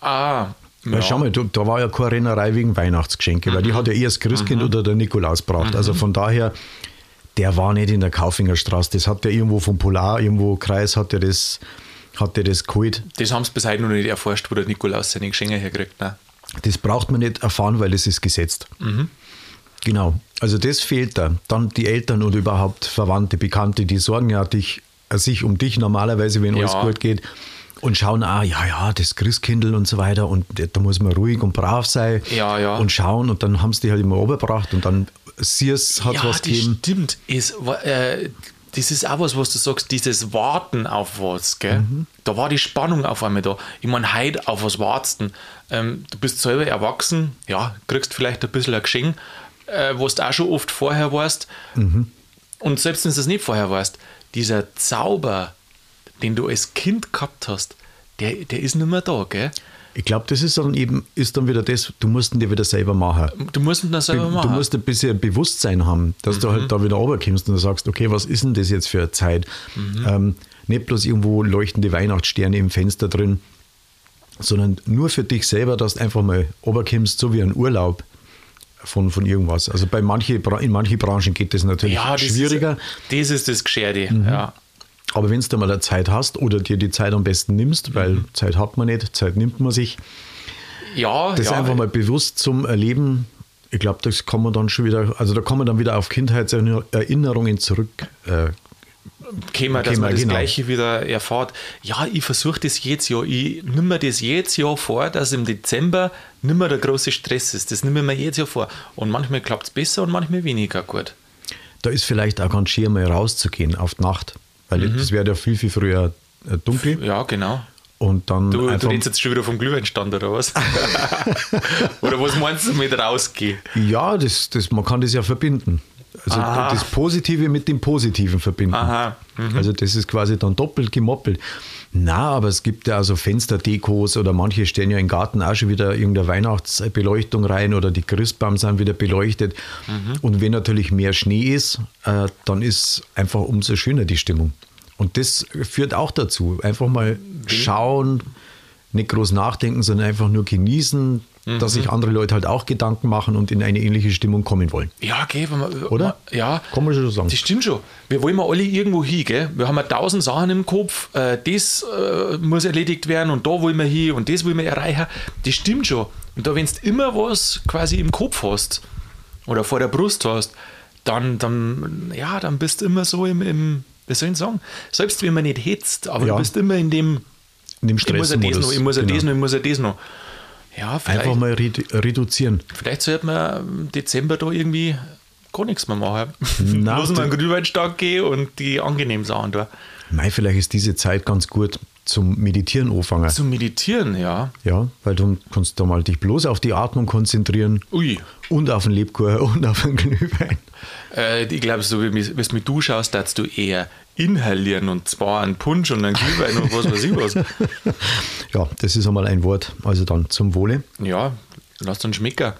[SPEAKER 1] Ah.
[SPEAKER 2] Weil
[SPEAKER 1] Ja.
[SPEAKER 2] schau mal, da, da war ja keine Rennerei wegen Weihnachtsgeschenke, weil die hat ja eher das Christkind oder der Nikolaus braucht. Also von daher, der war nicht in der Kaufingerstraße. Das hat der irgendwo vom Polar, irgendwo Kreis, hat der das, hat der das geholt.
[SPEAKER 1] Das haben sie bis heute noch nicht erforscht, wo der Nikolaus seine Geschenke herkriegt. Ne?
[SPEAKER 2] Das braucht man nicht erfahren, weil das ist gesetzt. Genau. Also das fehlt da. Dann die Eltern und überhaupt Verwandte, Bekannte, die sorgen ja dich, sich um dich normalerweise, wenn alles
[SPEAKER 1] Ja.
[SPEAKER 2] gut geht. Und schauen, ah, ja, ja, das Christkindl und so weiter. Und da muss man ruhig und brav sein.
[SPEAKER 1] Ja, ja.
[SPEAKER 2] Und schauen. Und dann haben sie die halt immer runtergebracht. Und dann Sears hat
[SPEAKER 1] ja,
[SPEAKER 2] was
[SPEAKER 1] das
[SPEAKER 2] gegeben.
[SPEAKER 1] stimmt. Es, war, äh, das ist auch was, was du sagst, dieses Warten auf was, gell?
[SPEAKER 2] Mhm.
[SPEAKER 1] Da war die Spannung auf einmal da. Ich meine, heute auf was wartest du? Ähm, du bist selber erwachsen, ja, kriegst vielleicht ein bisschen ein Geschenk, äh, was du auch schon oft vorher warst.
[SPEAKER 2] Mhm.
[SPEAKER 1] Und selbst wenn du es nicht vorher warst, dieser Zauber, den du als Kind gehabt hast, der, der ist nicht mehr da, gell?
[SPEAKER 2] Ich glaube, das ist dann eben, ist dann wieder das, du musst ihn dir wieder selber machen.
[SPEAKER 1] Du musst ihn dann selber machen.
[SPEAKER 2] Du musst ein bisschen Bewusstsein haben, dass du
[SPEAKER 1] Mhm.
[SPEAKER 2] halt da wieder runterkommst und du sagst, okay, was ist denn das jetzt für eine Zeit?
[SPEAKER 1] Mhm.
[SPEAKER 2] Ähm, nicht bloß irgendwo leuchtende Weihnachtssterne im Fenster drin, sondern nur für dich selber, dass du einfach mal runterkommst, so wie ein Urlaub von, von irgendwas. Also bei manche, Bra- in manche Branchen geht das natürlich
[SPEAKER 1] ja, das
[SPEAKER 2] schwieriger, Mhm.
[SPEAKER 1] Ist, das ist das Gescherde, ja.
[SPEAKER 2] aber wenn du mal eine Zeit hast oder dir die Zeit am besten nimmst, weil
[SPEAKER 1] Mhm.
[SPEAKER 2] Zeit hat man nicht, Zeit nimmt man sich,
[SPEAKER 1] Ja,
[SPEAKER 2] das
[SPEAKER 1] ja.
[SPEAKER 2] einfach mal bewusst zum Erleben. Ich glaube, das kann man dann schon wieder, also da kann man dann wieder auf Kindheitserinnerungen zurück. Äh,
[SPEAKER 1] käme, dass
[SPEAKER 2] Käme,
[SPEAKER 1] man das
[SPEAKER 2] genau.
[SPEAKER 1] Gleiche wieder erfahrt. Ja, ich versuche das jedes Jahr. Ich nimm mir das jedes Jahr vor, dass im Dezember nicht mehr der große Stress ist. Das nimm ich mir jedes Jahr vor. Und manchmal klappt es besser und manchmal weniger gut.
[SPEAKER 2] da ist vielleicht auch ganz
[SPEAKER 1] Mhm.
[SPEAKER 2] schön, mal rauszugehen auf die Nacht, weil es wird ja viel, viel früher äh, dunkel
[SPEAKER 1] Ja, genau.
[SPEAKER 2] Und dann
[SPEAKER 1] Du, du
[SPEAKER 2] einfach,
[SPEAKER 1] redest jetzt schon wieder vom Glühweinstand oder was? oder was meinst du mit rausgehen?
[SPEAKER 2] ja, das, das, man kann das ja verbinden. Also
[SPEAKER 1] Aha.
[SPEAKER 2] das Positive mit dem Positiven verbinden.
[SPEAKER 1] Aha,
[SPEAKER 2] Also das ist quasi dann doppelt gemoppelt. Na, aber es gibt ja also Fensterdekos oder manche stellen ja im Garten auch schon wieder irgendeine Weihnachtsbeleuchtung rein oder die Christbaum sind wieder beleuchtet.
[SPEAKER 1] Mhm.
[SPEAKER 2] Und wenn natürlich mehr Schnee ist, äh, dann ist einfach umso schöner die Stimmung. Und das führt auch dazu. Einfach mal
[SPEAKER 1] Mhm.
[SPEAKER 2] schauen, nicht groß nachdenken, sondern einfach nur genießen, dass
[SPEAKER 1] Mhm.
[SPEAKER 2] sich andere Leute halt auch Gedanken machen und in eine ähnliche Stimmung kommen wollen.
[SPEAKER 1] Ja, gell, wenn man,
[SPEAKER 2] Oder?
[SPEAKER 1] Ja.
[SPEAKER 2] Kann man schon so sagen.
[SPEAKER 1] Das stimmt schon. Wir wollen mal alle irgendwo hin, gell? Wir haben ja tausend Sachen im Kopf. Äh, das äh, muss erledigt werden und da wollen wir hin und das wollen wir erreichen. Das stimmt schon. Und da, wenn du immer was quasi im Kopf hast oder vor der Brust hast, dann, dann, ja, dann bist du immer so im, im wie soll ich sagen, selbst wenn man nicht hetzt, aber
[SPEAKER 2] Ja.
[SPEAKER 1] du bist immer in dem,
[SPEAKER 2] In dem
[SPEAKER 1] ich muss ja das noch,
[SPEAKER 2] Stressmodus.
[SPEAKER 1] ich muss ja das
[SPEAKER 2] Genau.
[SPEAKER 1] noch, ich muss ja das noch. Ja, vielleicht,
[SPEAKER 2] Einfach mal redu- reduzieren.
[SPEAKER 1] vielleicht sollte man im Dezember da irgendwie gar nichts mehr machen.
[SPEAKER 2] Na,
[SPEAKER 1] Lassen wir einen
[SPEAKER 2] du-
[SPEAKER 1] Glühweinstand gehen und die angenehmen Sachen da.
[SPEAKER 2] Mei, vielleicht ist diese Zeit ganz gut zum Meditieren anfangen.
[SPEAKER 1] Zum Meditieren, ja.
[SPEAKER 2] Ja, weil du kannst da mal dich bloß auf die Atmung konzentrieren
[SPEAKER 1] Ui.
[SPEAKER 2] und auf den Lebkuchen und auf den Glühwein.
[SPEAKER 1] Äh, ich glaube, so wie mis- wie's mit du schaust, darfst du eher inhalieren und zwar einen Punsch und einen Glühwein und was weiß ich was.
[SPEAKER 2] Ja, das ist einmal ein Wort. Also dann zum Wohle.
[SPEAKER 1] Ja, lass dann schmecken.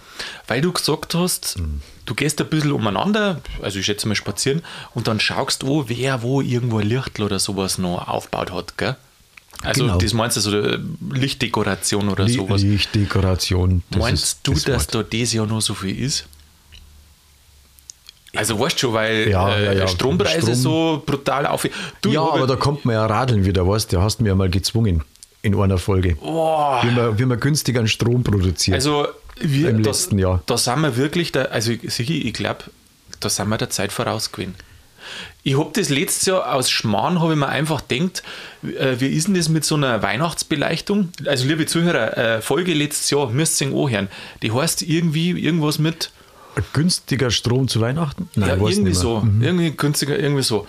[SPEAKER 1] Weil du gesagt hast,
[SPEAKER 2] Hm.
[SPEAKER 1] du gehst ein bisschen umeinander, also ich schätze mal spazieren, und dann schaust du, wer wo irgendwo ein Lichtel oder sowas noch aufgebaut hat, gell? Also
[SPEAKER 2] Genau.
[SPEAKER 1] das meinst du so äh, Lichtdekoration oder
[SPEAKER 2] Li-
[SPEAKER 1] sowas.
[SPEAKER 2] Lichtdekoration. das ist
[SPEAKER 1] Meinst du,
[SPEAKER 2] das
[SPEAKER 1] dass
[SPEAKER 2] Wort.
[SPEAKER 1] da dieses Jahr noch so viel ist? Also weißt schon, weil
[SPEAKER 2] Ja,
[SPEAKER 1] äh,
[SPEAKER 2] ja, ja.
[SPEAKER 1] Strompreise
[SPEAKER 2] Strom-
[SPEAKER 1] so brutal auf. Du,
[SPEAKER 2] Ja,
[SPEAKER 1] ich hab
[SPEAKER 2] aber da kommt man ja radeln wieder, weißt du? Da hast du mir ja mal gezwungen in einer Folge.
[SPEAKER 1] boah,
[SPEAKER 2] Wie man, wie man günstigeren Strom produziert.
[SPEAKER 1] also wir,
[SPEAKER 2] Im
[SPEAKER 1] da,
[SPEAKER 2] letzten Jahr.
[SPEAKER 1] Da sind wir wirklich, da, also Sigi, ich glaube, da sind wir der Zeit voraus gewesen. Ich habe das letztes Jahr aus Schmarrn, habe ich mir einfach gedacht, äh, wie ist denn das mit so einer Weihnachtsbeleuchtung? Also, liebe Zuhörer, äh, Folge letztes Jahr, müsst ihr ihn anhören. Die heißt irgendwie irgendwas mit
[SPEAKER 2] günstiger Strom zu Weihnachten? Nein,
[SPEAKER 1] ja,
[SPEAKER 2] weiß nicht
[SPEAKER 1] irgendwie
[SPEAKER 2] mehr. Mhm.
[SPEAKER 1] so. Irgendwie günstiger, irgendwie so.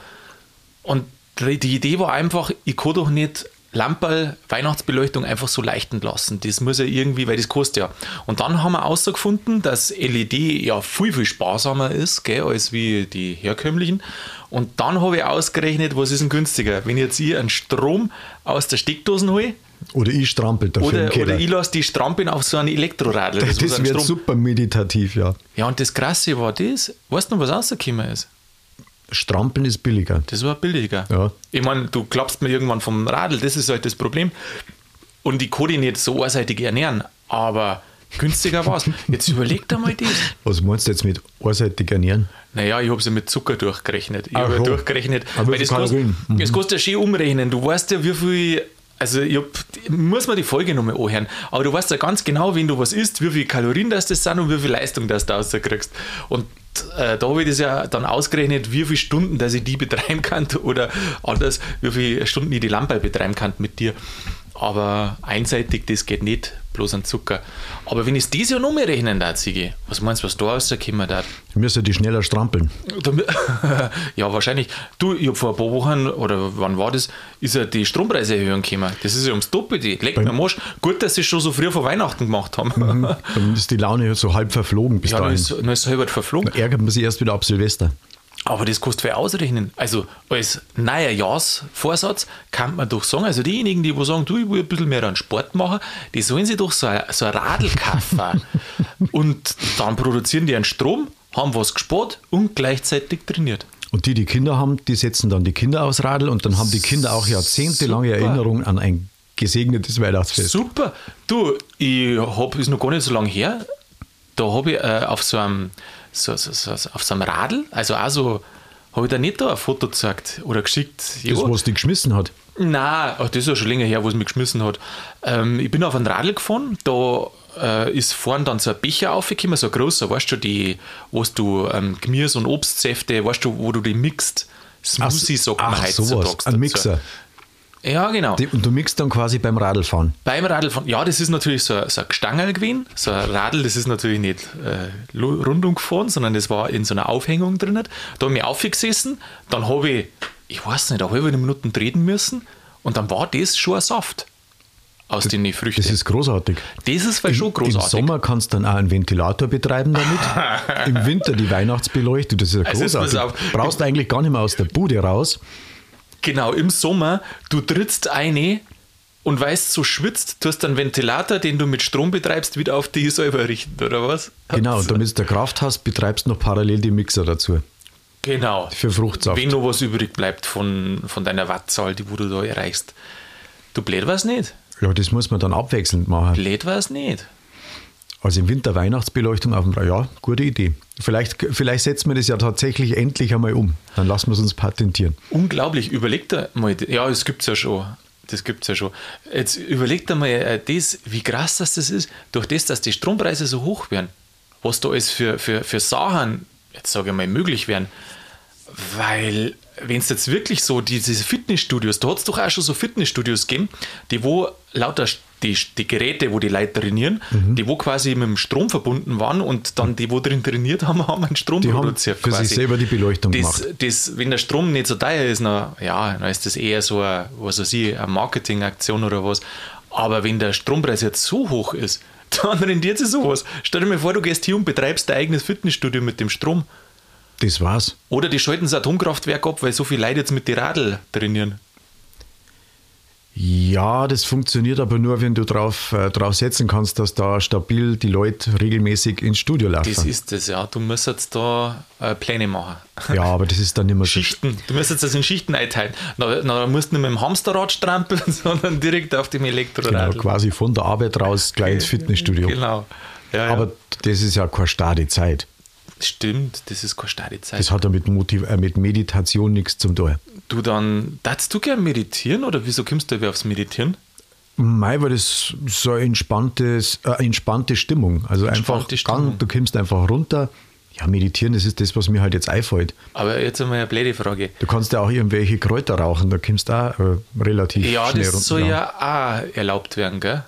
[SPEAKER 1] Und die die Idee war einfach, ich kann doch nicht Lamperl Weihnachtsbeleuchtung einfach so leichten lassen. Das muss ja irgendwie, weil das kostet ja. Und dann haben wir herausgefunden, dass LED ja viel, viel sparsamer ist, gell, als wie die herkömmlichen. Und dann habe ich ausgerechnet, was ist denn günstiger? Wenn jetzt ich einen Strom aus der Steckdose hole
[SPEAKER 2] Oder ich strampel dafür im
[SPEAKER 1] oder,
[SPEAKER 2] Keller.
[SPEAKER 1] oder ich lasse die Strampeln auf so einen Elektroradl.
[SPEAKER 2] Äh, das
[SPEAKER 1] was am
[SPEAKER 2] wird
[SPEAKER 1] Strom-
[SPEAKER 2] super meditativ, ja.
[SPEAKER 1] Ja, und das Krasse war das, weißt du noch, was rausgekommen ist?
[SPEAKER 2] Strampeln ist billiger.
[SPEAKER 1] Das war billiger.
[SPEAKER 2] Ja.
[SPEAKER 1] Ich meine, du klappst mir irgendwann vom Radl, das ist halt das Problem. Und die kann ich nicht so einseitig ernähren, aber günstiger war es. Jetzt überleg dir mal das.
[SPEAKER 2] Was meinst du jetzt mit einseitig ernähren?
[SPEAKER 1] Naja, ich habe sie ja mit Zucker durchgerechnet. Ich
[SPEAKER 2] Ach
[SPEAKER 1] habe ja
[SPEAKER 2] so.
[SPEAKER 1] durchgerechnet.
[SPEAKER 2] Aber wie
[SPEAKER 1] weil
[SPEAKER 2] viel
[SPEAKER 1] das, kostet,
[SPEAKER 2] Kalorien? Mhm.
[SPEAKER 1] das kostet ja schön umrechnen. Du weißt ja, wie viel. Also, ich hab, muss man die Folge nochmal anhören. Aber du weißt ja ganz genau, wenn du was isst, wie viel Kalorien das, das sind und wie viel Leistung das du rauskriegst. Und äh, da habe ich das ja dann ausgerechnet, wie viele Stunden, dass ich die betreiben kann oder anders, wie viele Stunden ich die Lampe betreiben kann mit dir. Aber einseitig, das geht nicht, bloß an Zucker. Aber wenn ich es dieses Jahr nochmal rechnen darf, Sigi, was meinst du, was da rauskommen darf?
[SPEAKER 2] Müsste die schneller strampeln.
[SPEAKER 1] Damit- Ja, wahrscheinlich. Du, ich habe vor ein paar Wochen, oder wann war das, ist ja die Strompreise erhöhen gekommen. Das ist ja ums Doppelte. Leck mir Mosch. Gut, dass sie es schon so früh vor Weihnachten gemacht haben.
[SPEAKER 2] Mhm. Dann ist die Laune so halb verflogen bis
[SPEAKER 1] Ja, dann
[SPEAKER 2] dahin.
[SPEAKER 1] ist, dann ist es halber verflogen.
[SPEAKER 2] Ärgert man sich erst wieder ab Silvester.
[SPEAKER 1] Aber das kostet viel ausrechnen. Also als neuer Jahresvorsatz kann man doch sagen, also diejenigen, die wo sagen, du, ich will ein bisschen mehr an Sport machen, die sollen sich doch so ein, so ein Radl kaufen. und dann produzieren die einen Strom, haben was gespart und gleichzeitig trainiert.
[SPEAKER 2] Und die, die Kinder haben, die setzen dann die Kinder aufs Radl und dann haben die Kinder auch jahrzehntelange
[SPEAKER 1] Super.
[SPEAKER 2] Erinnerungen an ein gesegnetes Weihnachtsfest.
[SPEAKER 1] Super. Du, ich hab, ist noch gar nicht so lange her, da habe ich äh, auf so einem so, so, so, so- auf so einem Radl, also auch so, habe ich da nicht da ein Foto gezeigt oder geschickt. Ja.
[SPEAKER 2] Das, was die geschmissen hat.
[SPEAKER 1] Nein, ach, das ist ja schon länger her, wo es mich geschmissen hat. Ähm, ich bin auf ein Radl gefahren, da äh, ist vorn dann so ein Becher aufgekommen, so ein großer, weißt du, die, wo du ähm, Gemüse und Obstsäfte, weißt du, wo du die mixt. Smoothie sagt man
[SPEAKER 2] ach
[SPEAKER 1] heutzutage
[SPEAKER 2] sowas. Ein
[SPEAKER 1] dazu.
[SPEAKER 2] Mixer.
[SPEAKER 1] Ja, genau.
[SPEAKER 2] Die, und du mixt dann quasi beim Radlfahren.
[SPEAKER 1] Beim Radl von, ja, das ist natürlich so, ein- so ein Gestangerl gewesen. So ein Radl, das ist natürlich nicht äh, lu- rundum gefahren, sondern das war in so einer Aufhängung drin. Da habe ich aufgesessen, dann habe ich, ich weiß nicht, eine halbe Minute treten müssen und dann war das schon ein Saft. aus den Früchten.
[SPEAKER 2] Das ist großartig.
[SPEAKER 1] Das ist weil schon
[SPEAKER 2] Im
[SPEAKER 1] großartig.
[SPEAKER 2] Sommer kannst du dann auch einen Ventilator betreiben damit. Im Winter die Weihnachtsbeleuchtung, das ist ja
[SPEAKER 1] Also jetzt pass
[SPEAKER 2] großartig.
[SPEAKER 1] auf.
[SPEAKER 2] Brauchst eigentlich gar nicht mehr aus der Bude raus.
[SPEAKER 1] Genau, im Sommer, du trittst eine und weißt, so schwitzt, tust dann Ventilator, den du mit Strom betreibst, wieder auf die selber richten, oder was?
[SPEAKER 2] Genau, und damit du Kraft hast, betreibst noch parallel die Mixer dazu.
[SPEAKER 1] Genau.
[SPEAKER 2] Für Fruchtsaft.
[SPEAKER 1] Wenn noch was übrig bleibt von, von deiner Wattzahl, die wo du da erreichst. Du blöd war's nicht.
[SPEAKER 2] Ja, das muss man dann abwechselnd machen.
[SPEAKER 1] Blöd war's nicht.
[SPEAKER 2] Also im Winter Weihnachtsbeleuchtung auf dem Ra Ja, gute Idee. Vielleicht, vielleicht setzen wir das ja tatsächlich endlich einmal um. Dann lassen wir es uns patentieren.
[SPEAKER 1] Unglaublich. Überleg dir mal, ja, das gibt's ja schon. Das gibt's ja schon. Jetzt überleg dir mal äh, das, wie krass das, das ist, durch das, dass die Strompreise so hoch werden. Was da alles für, für, für Sachen, jetzt sage ich mal, möglich werden. Weil, wenn es jetzt wirklich so, diese Fitnessstudios, da hat es doch auch schon so Fitnessstudios gegeben, die wo lauter st- die, die Geräte, wo die Leute trainieren,
[SPEAKER 2] Mhm.
[SPEAKER 1] die wo quasi mit dem Strom verbunden waren und dann die, wo drin trainiert haben, haben einen Strom
[SPEAKER 2] Die haben
[SPEAKER 1] produziert.
[SPEAKER 2] für sich selber die Beleuchtung
[SPEAKER 1] das,
[SPEAKER 2] gemacht.
[SPEAKER 1] Das, wenn der Strom nicht so teuer ist, na, ja, dann ist das eher so eine, was weiß ich, eine Marketingaktion oder was. Aber wenn der Strompreis jetzt so hoch ist, dann rendiert sich sowas. Stell dir mal vor, du gehst hier und betreibst dein eigenes Fitnessstudio mit dem Strom.
[SPEAKER 2] Das war's.
[SPEAKER 1] Oder die schalten das Atomkraftwerk ab, weil so viel Leute jetzt mit die Radl trainieren.
[SPEAKER 2] Ja, das funktioniert aber nur, wenn du drauf, äh, drauf setzen kannst, dass da stabil die Leute regelmäßig ins Studio laufen.
[SPEAKER 1] Das ist das, ja. Du musst jetzt da äh, Pläne machen.
[SPEAKER 2] ja, aber das ist dann immer so.
[SPEAKER 1] Schichten. Du musst jetzt das in Schichten einteilen. Na, na, musst nicht mit dem Hamsterrad strampeln, sondern direkt auf dem
[SPEAKER 2] Genau,
[SPEAKER 1] Elektrorad.
[SPEAKER 2] quasi von der Arbeit raus gleich ins Fitnessstudio.
[SPEAKER 1] Genau. Ja, ja.
[SPEAKER 2] Aber das ist ja keine starre Zeit.
[SPEAKER 1] Stimmt, das ist keine starre Zeit.
[SPEAKER 2] Das hat ja mit, Motiv äh, mit Meditation nichts zum tun.
[SPEAKER 1] Du dann, darfst du gern meditieren oder wieso kommst du überhaupt aufs Meditieren?
[SPEAKER 2] Mei, weil das so eine entspanntes, äh, entspannte Stimmung. Also einfach,
[SPEAKER 1] Entspannte Stimmung.
[SPEAKER 2] Gang, du kommst einfach runter. Ja, meditieren, das ist das, was mir halt jetzt einfällt.
[SPEAKER 1] Aber jetzt einmal eine blöde Frage.
[SPEAKER 2] Du kannst ja auch irgendwelche Kräuter rauchen, da kommst du auch äh, relativ
[SPEAKER 1] Ja,
[SPEAKER 2] schnell
[SPEAKER 1] das
[SPEAKER 2] runter. genau.
[SPEAKER 1] soll ja auch erlaubt werden, gell?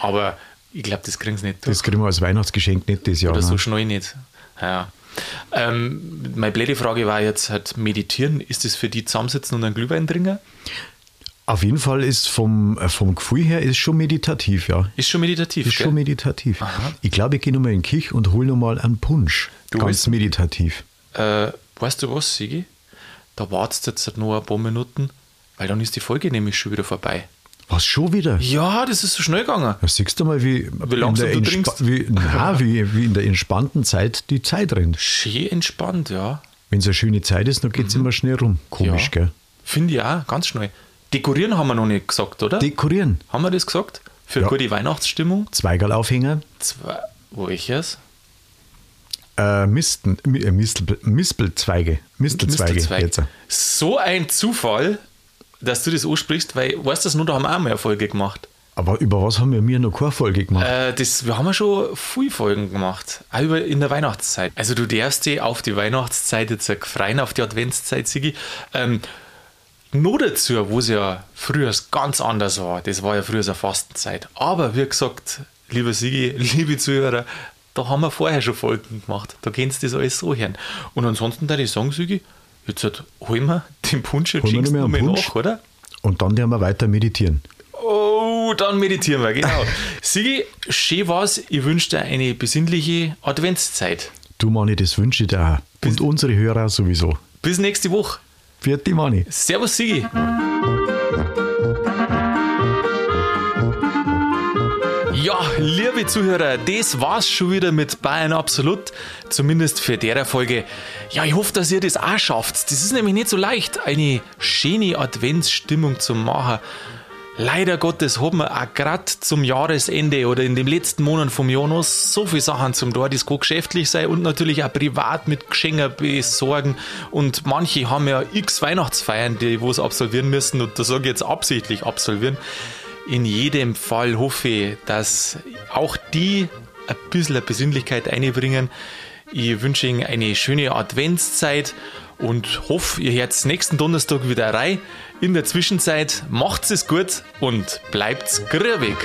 [SPEAKER 1] Aber ich glaube, das kriegen sie nicht durch.
[SPEAKER 2] Das kriegen wir als Weihnachtsgeschenk nicht das Jahr.
[SPEAKER 1] Oder so
[SPEAKER 2] ne?
[SPEAKER 1] schnell eh nicht. Ja. Ähm, meine blöde Frage war jetzt halt, meditieren, ist das für die zusammensitzen und einen Glühwein trinken?
[SPEAKER 2] Auf jeden Fall ist vom, äh, vom Gefühl her ist schon meditativ, ja.
[SPEAKER 1] Ist schon meditativ,
[SPEAKER 2] Ist
[SPEAKER 1] gell?
[SPEAKER 2] schon meditativ. Ich glaube, ich gehe nochmal in den Kich und hole nochmal einen Punsch.
[SPEAKER 1] Du
[SPEAKER 2] Ganz
[SPEAKER 1] willst-
[SPEAKER 2] meditativ.
[SPEAKER 1] äh, weißt du was, Sigi? Da wartest jetzt nur ein paar Minuten, weil dann ist die Folge nämlich schon wieder vorbei.
[SPEAKER 2] Was schon wieder?
[SPEAKER 1] Ja, das ist so schnell gegangen.
[SPEAKER 2] Ja, siehst du mal, wie, wie
[SPEAKER 1] langsam du
[SPEAKER 2] in der
[SPEAKER 1] trinkst.
[SPEAKER 2] wie, na, wie, wie in der entspannten Zeit die Zeit rennt.
[SPEAKER 1] Schön entspannt, ja.
[SPEAKER 2] Wenn es eine schöne Zeit ist, dann geht es immer schnell rum. Komisch,
[SPEAKER 1] Mhm. ja.
[SPEAKER 2] gell?
[SPEAKER 1] Finde ich auch, ganz schnell. Dekorieren haben wir noch nicht gesagt, oder?
[SPEAKER 2] Dekorieren.
[SPEAKER 1] haben wir das gesagt? Für
[SPEAKER 2] Ja.
[SPEAKER 1] gute Weihnachtsstimmung?
[SPEAKER 2] Zweigalaufhänger,
[SPEAKER 1] Zwei, welches?
[SPEAKER 2] äh, Misten, Mi- äh, Mistel, Mispelzweige. Mistelzweige.
[SPEAKER 1] Mistelzweig.
[SPEAKER 2] Jetzt.
[SPEAKER 1] So ein Zufall, dass du das ansprichst, weil, weißt du das nur, da haben wir auch mal eine Folge gemacht.
[SPEAKER 2] Aber über was haben wir mir noch keine Folge gemacht?
[SPEAKER 1] Äh, das, wir haben ja schon viele Folgen gemacht, auch über, in der Weihnachtszeit. Also du darfst dich auf die Weihnachtszeit jetzt auch freien, auf die Adventszeit, Sigi. Ähm, nur dazu, wo es ja früher ganz anders war, das war ja früher so eine Fastenzeit. Aber wie gesagt, lieber Sigi, liebe Zuhörer, da haben wir vorher schon Folgen gemacht. Da kennst du das alles so hören. Und ansonsten würde ich sagen, Sigi, jetzt halt, holen wir den Punsch und
[SPEAKER 2] Holen wir
[SPEAKER 1] schickst
[SPEAKER 2] noch
[SPEAKER 1] du
[SPEAKER 2] mehr
[SPEAKER 1] mir
[SPEAKER 2] einen Punsch?
[SPEAKER 1] nach, oder?
[SPEAKER 2] Und dann werden wir weiter meditieren.
[SPEAKER 1] Oh, dann meditieren wir, genau. Sigi, schön war's. Ich wünsche dir eine besinnliche Adventszeit.
[SPEAKER 2] Du, Mani, das wünsche ich dir auch. Und unsere Hörer sowieso.
[SPEAKER 1] Bis nächste Woche.
[SPEAKER 2] Für die Mani.
[SPEAKER 1] Servus, Sigi. Ja, liebe Zuhörer, das war's schon wieder mit Bayern Absolut. Zumindest für derer Folge. Ja, ich hoffe, dass ihr das auch schafft. Das ist nämlich nicht so leicht, eine schöne Adventsstimmung zu machen. Leider Gottes haben wir auch gerade zum Jahresende oder in dem letzten Monat vom Jahr noch so viele Sachen zum Tor, das kann geschäftlich sein und natürlich auch privat mit Geschenken besorgen. Und manche haben ja x Weihnachtsfeiern, die wo sie absolvieren müssen und das sage ich jetzt absichtlich absolvieren. In jedem Fall hoffe ich, dass auch die ein bisschen eine Besinnlichkeit einbringen. Ich wünsche Ihnen eine schöne Adventszeit und hoffe, ihr hört nächsten Donnerstag wieder rein. In der Zwischenzeit macht's es gut und bleibt's grübig.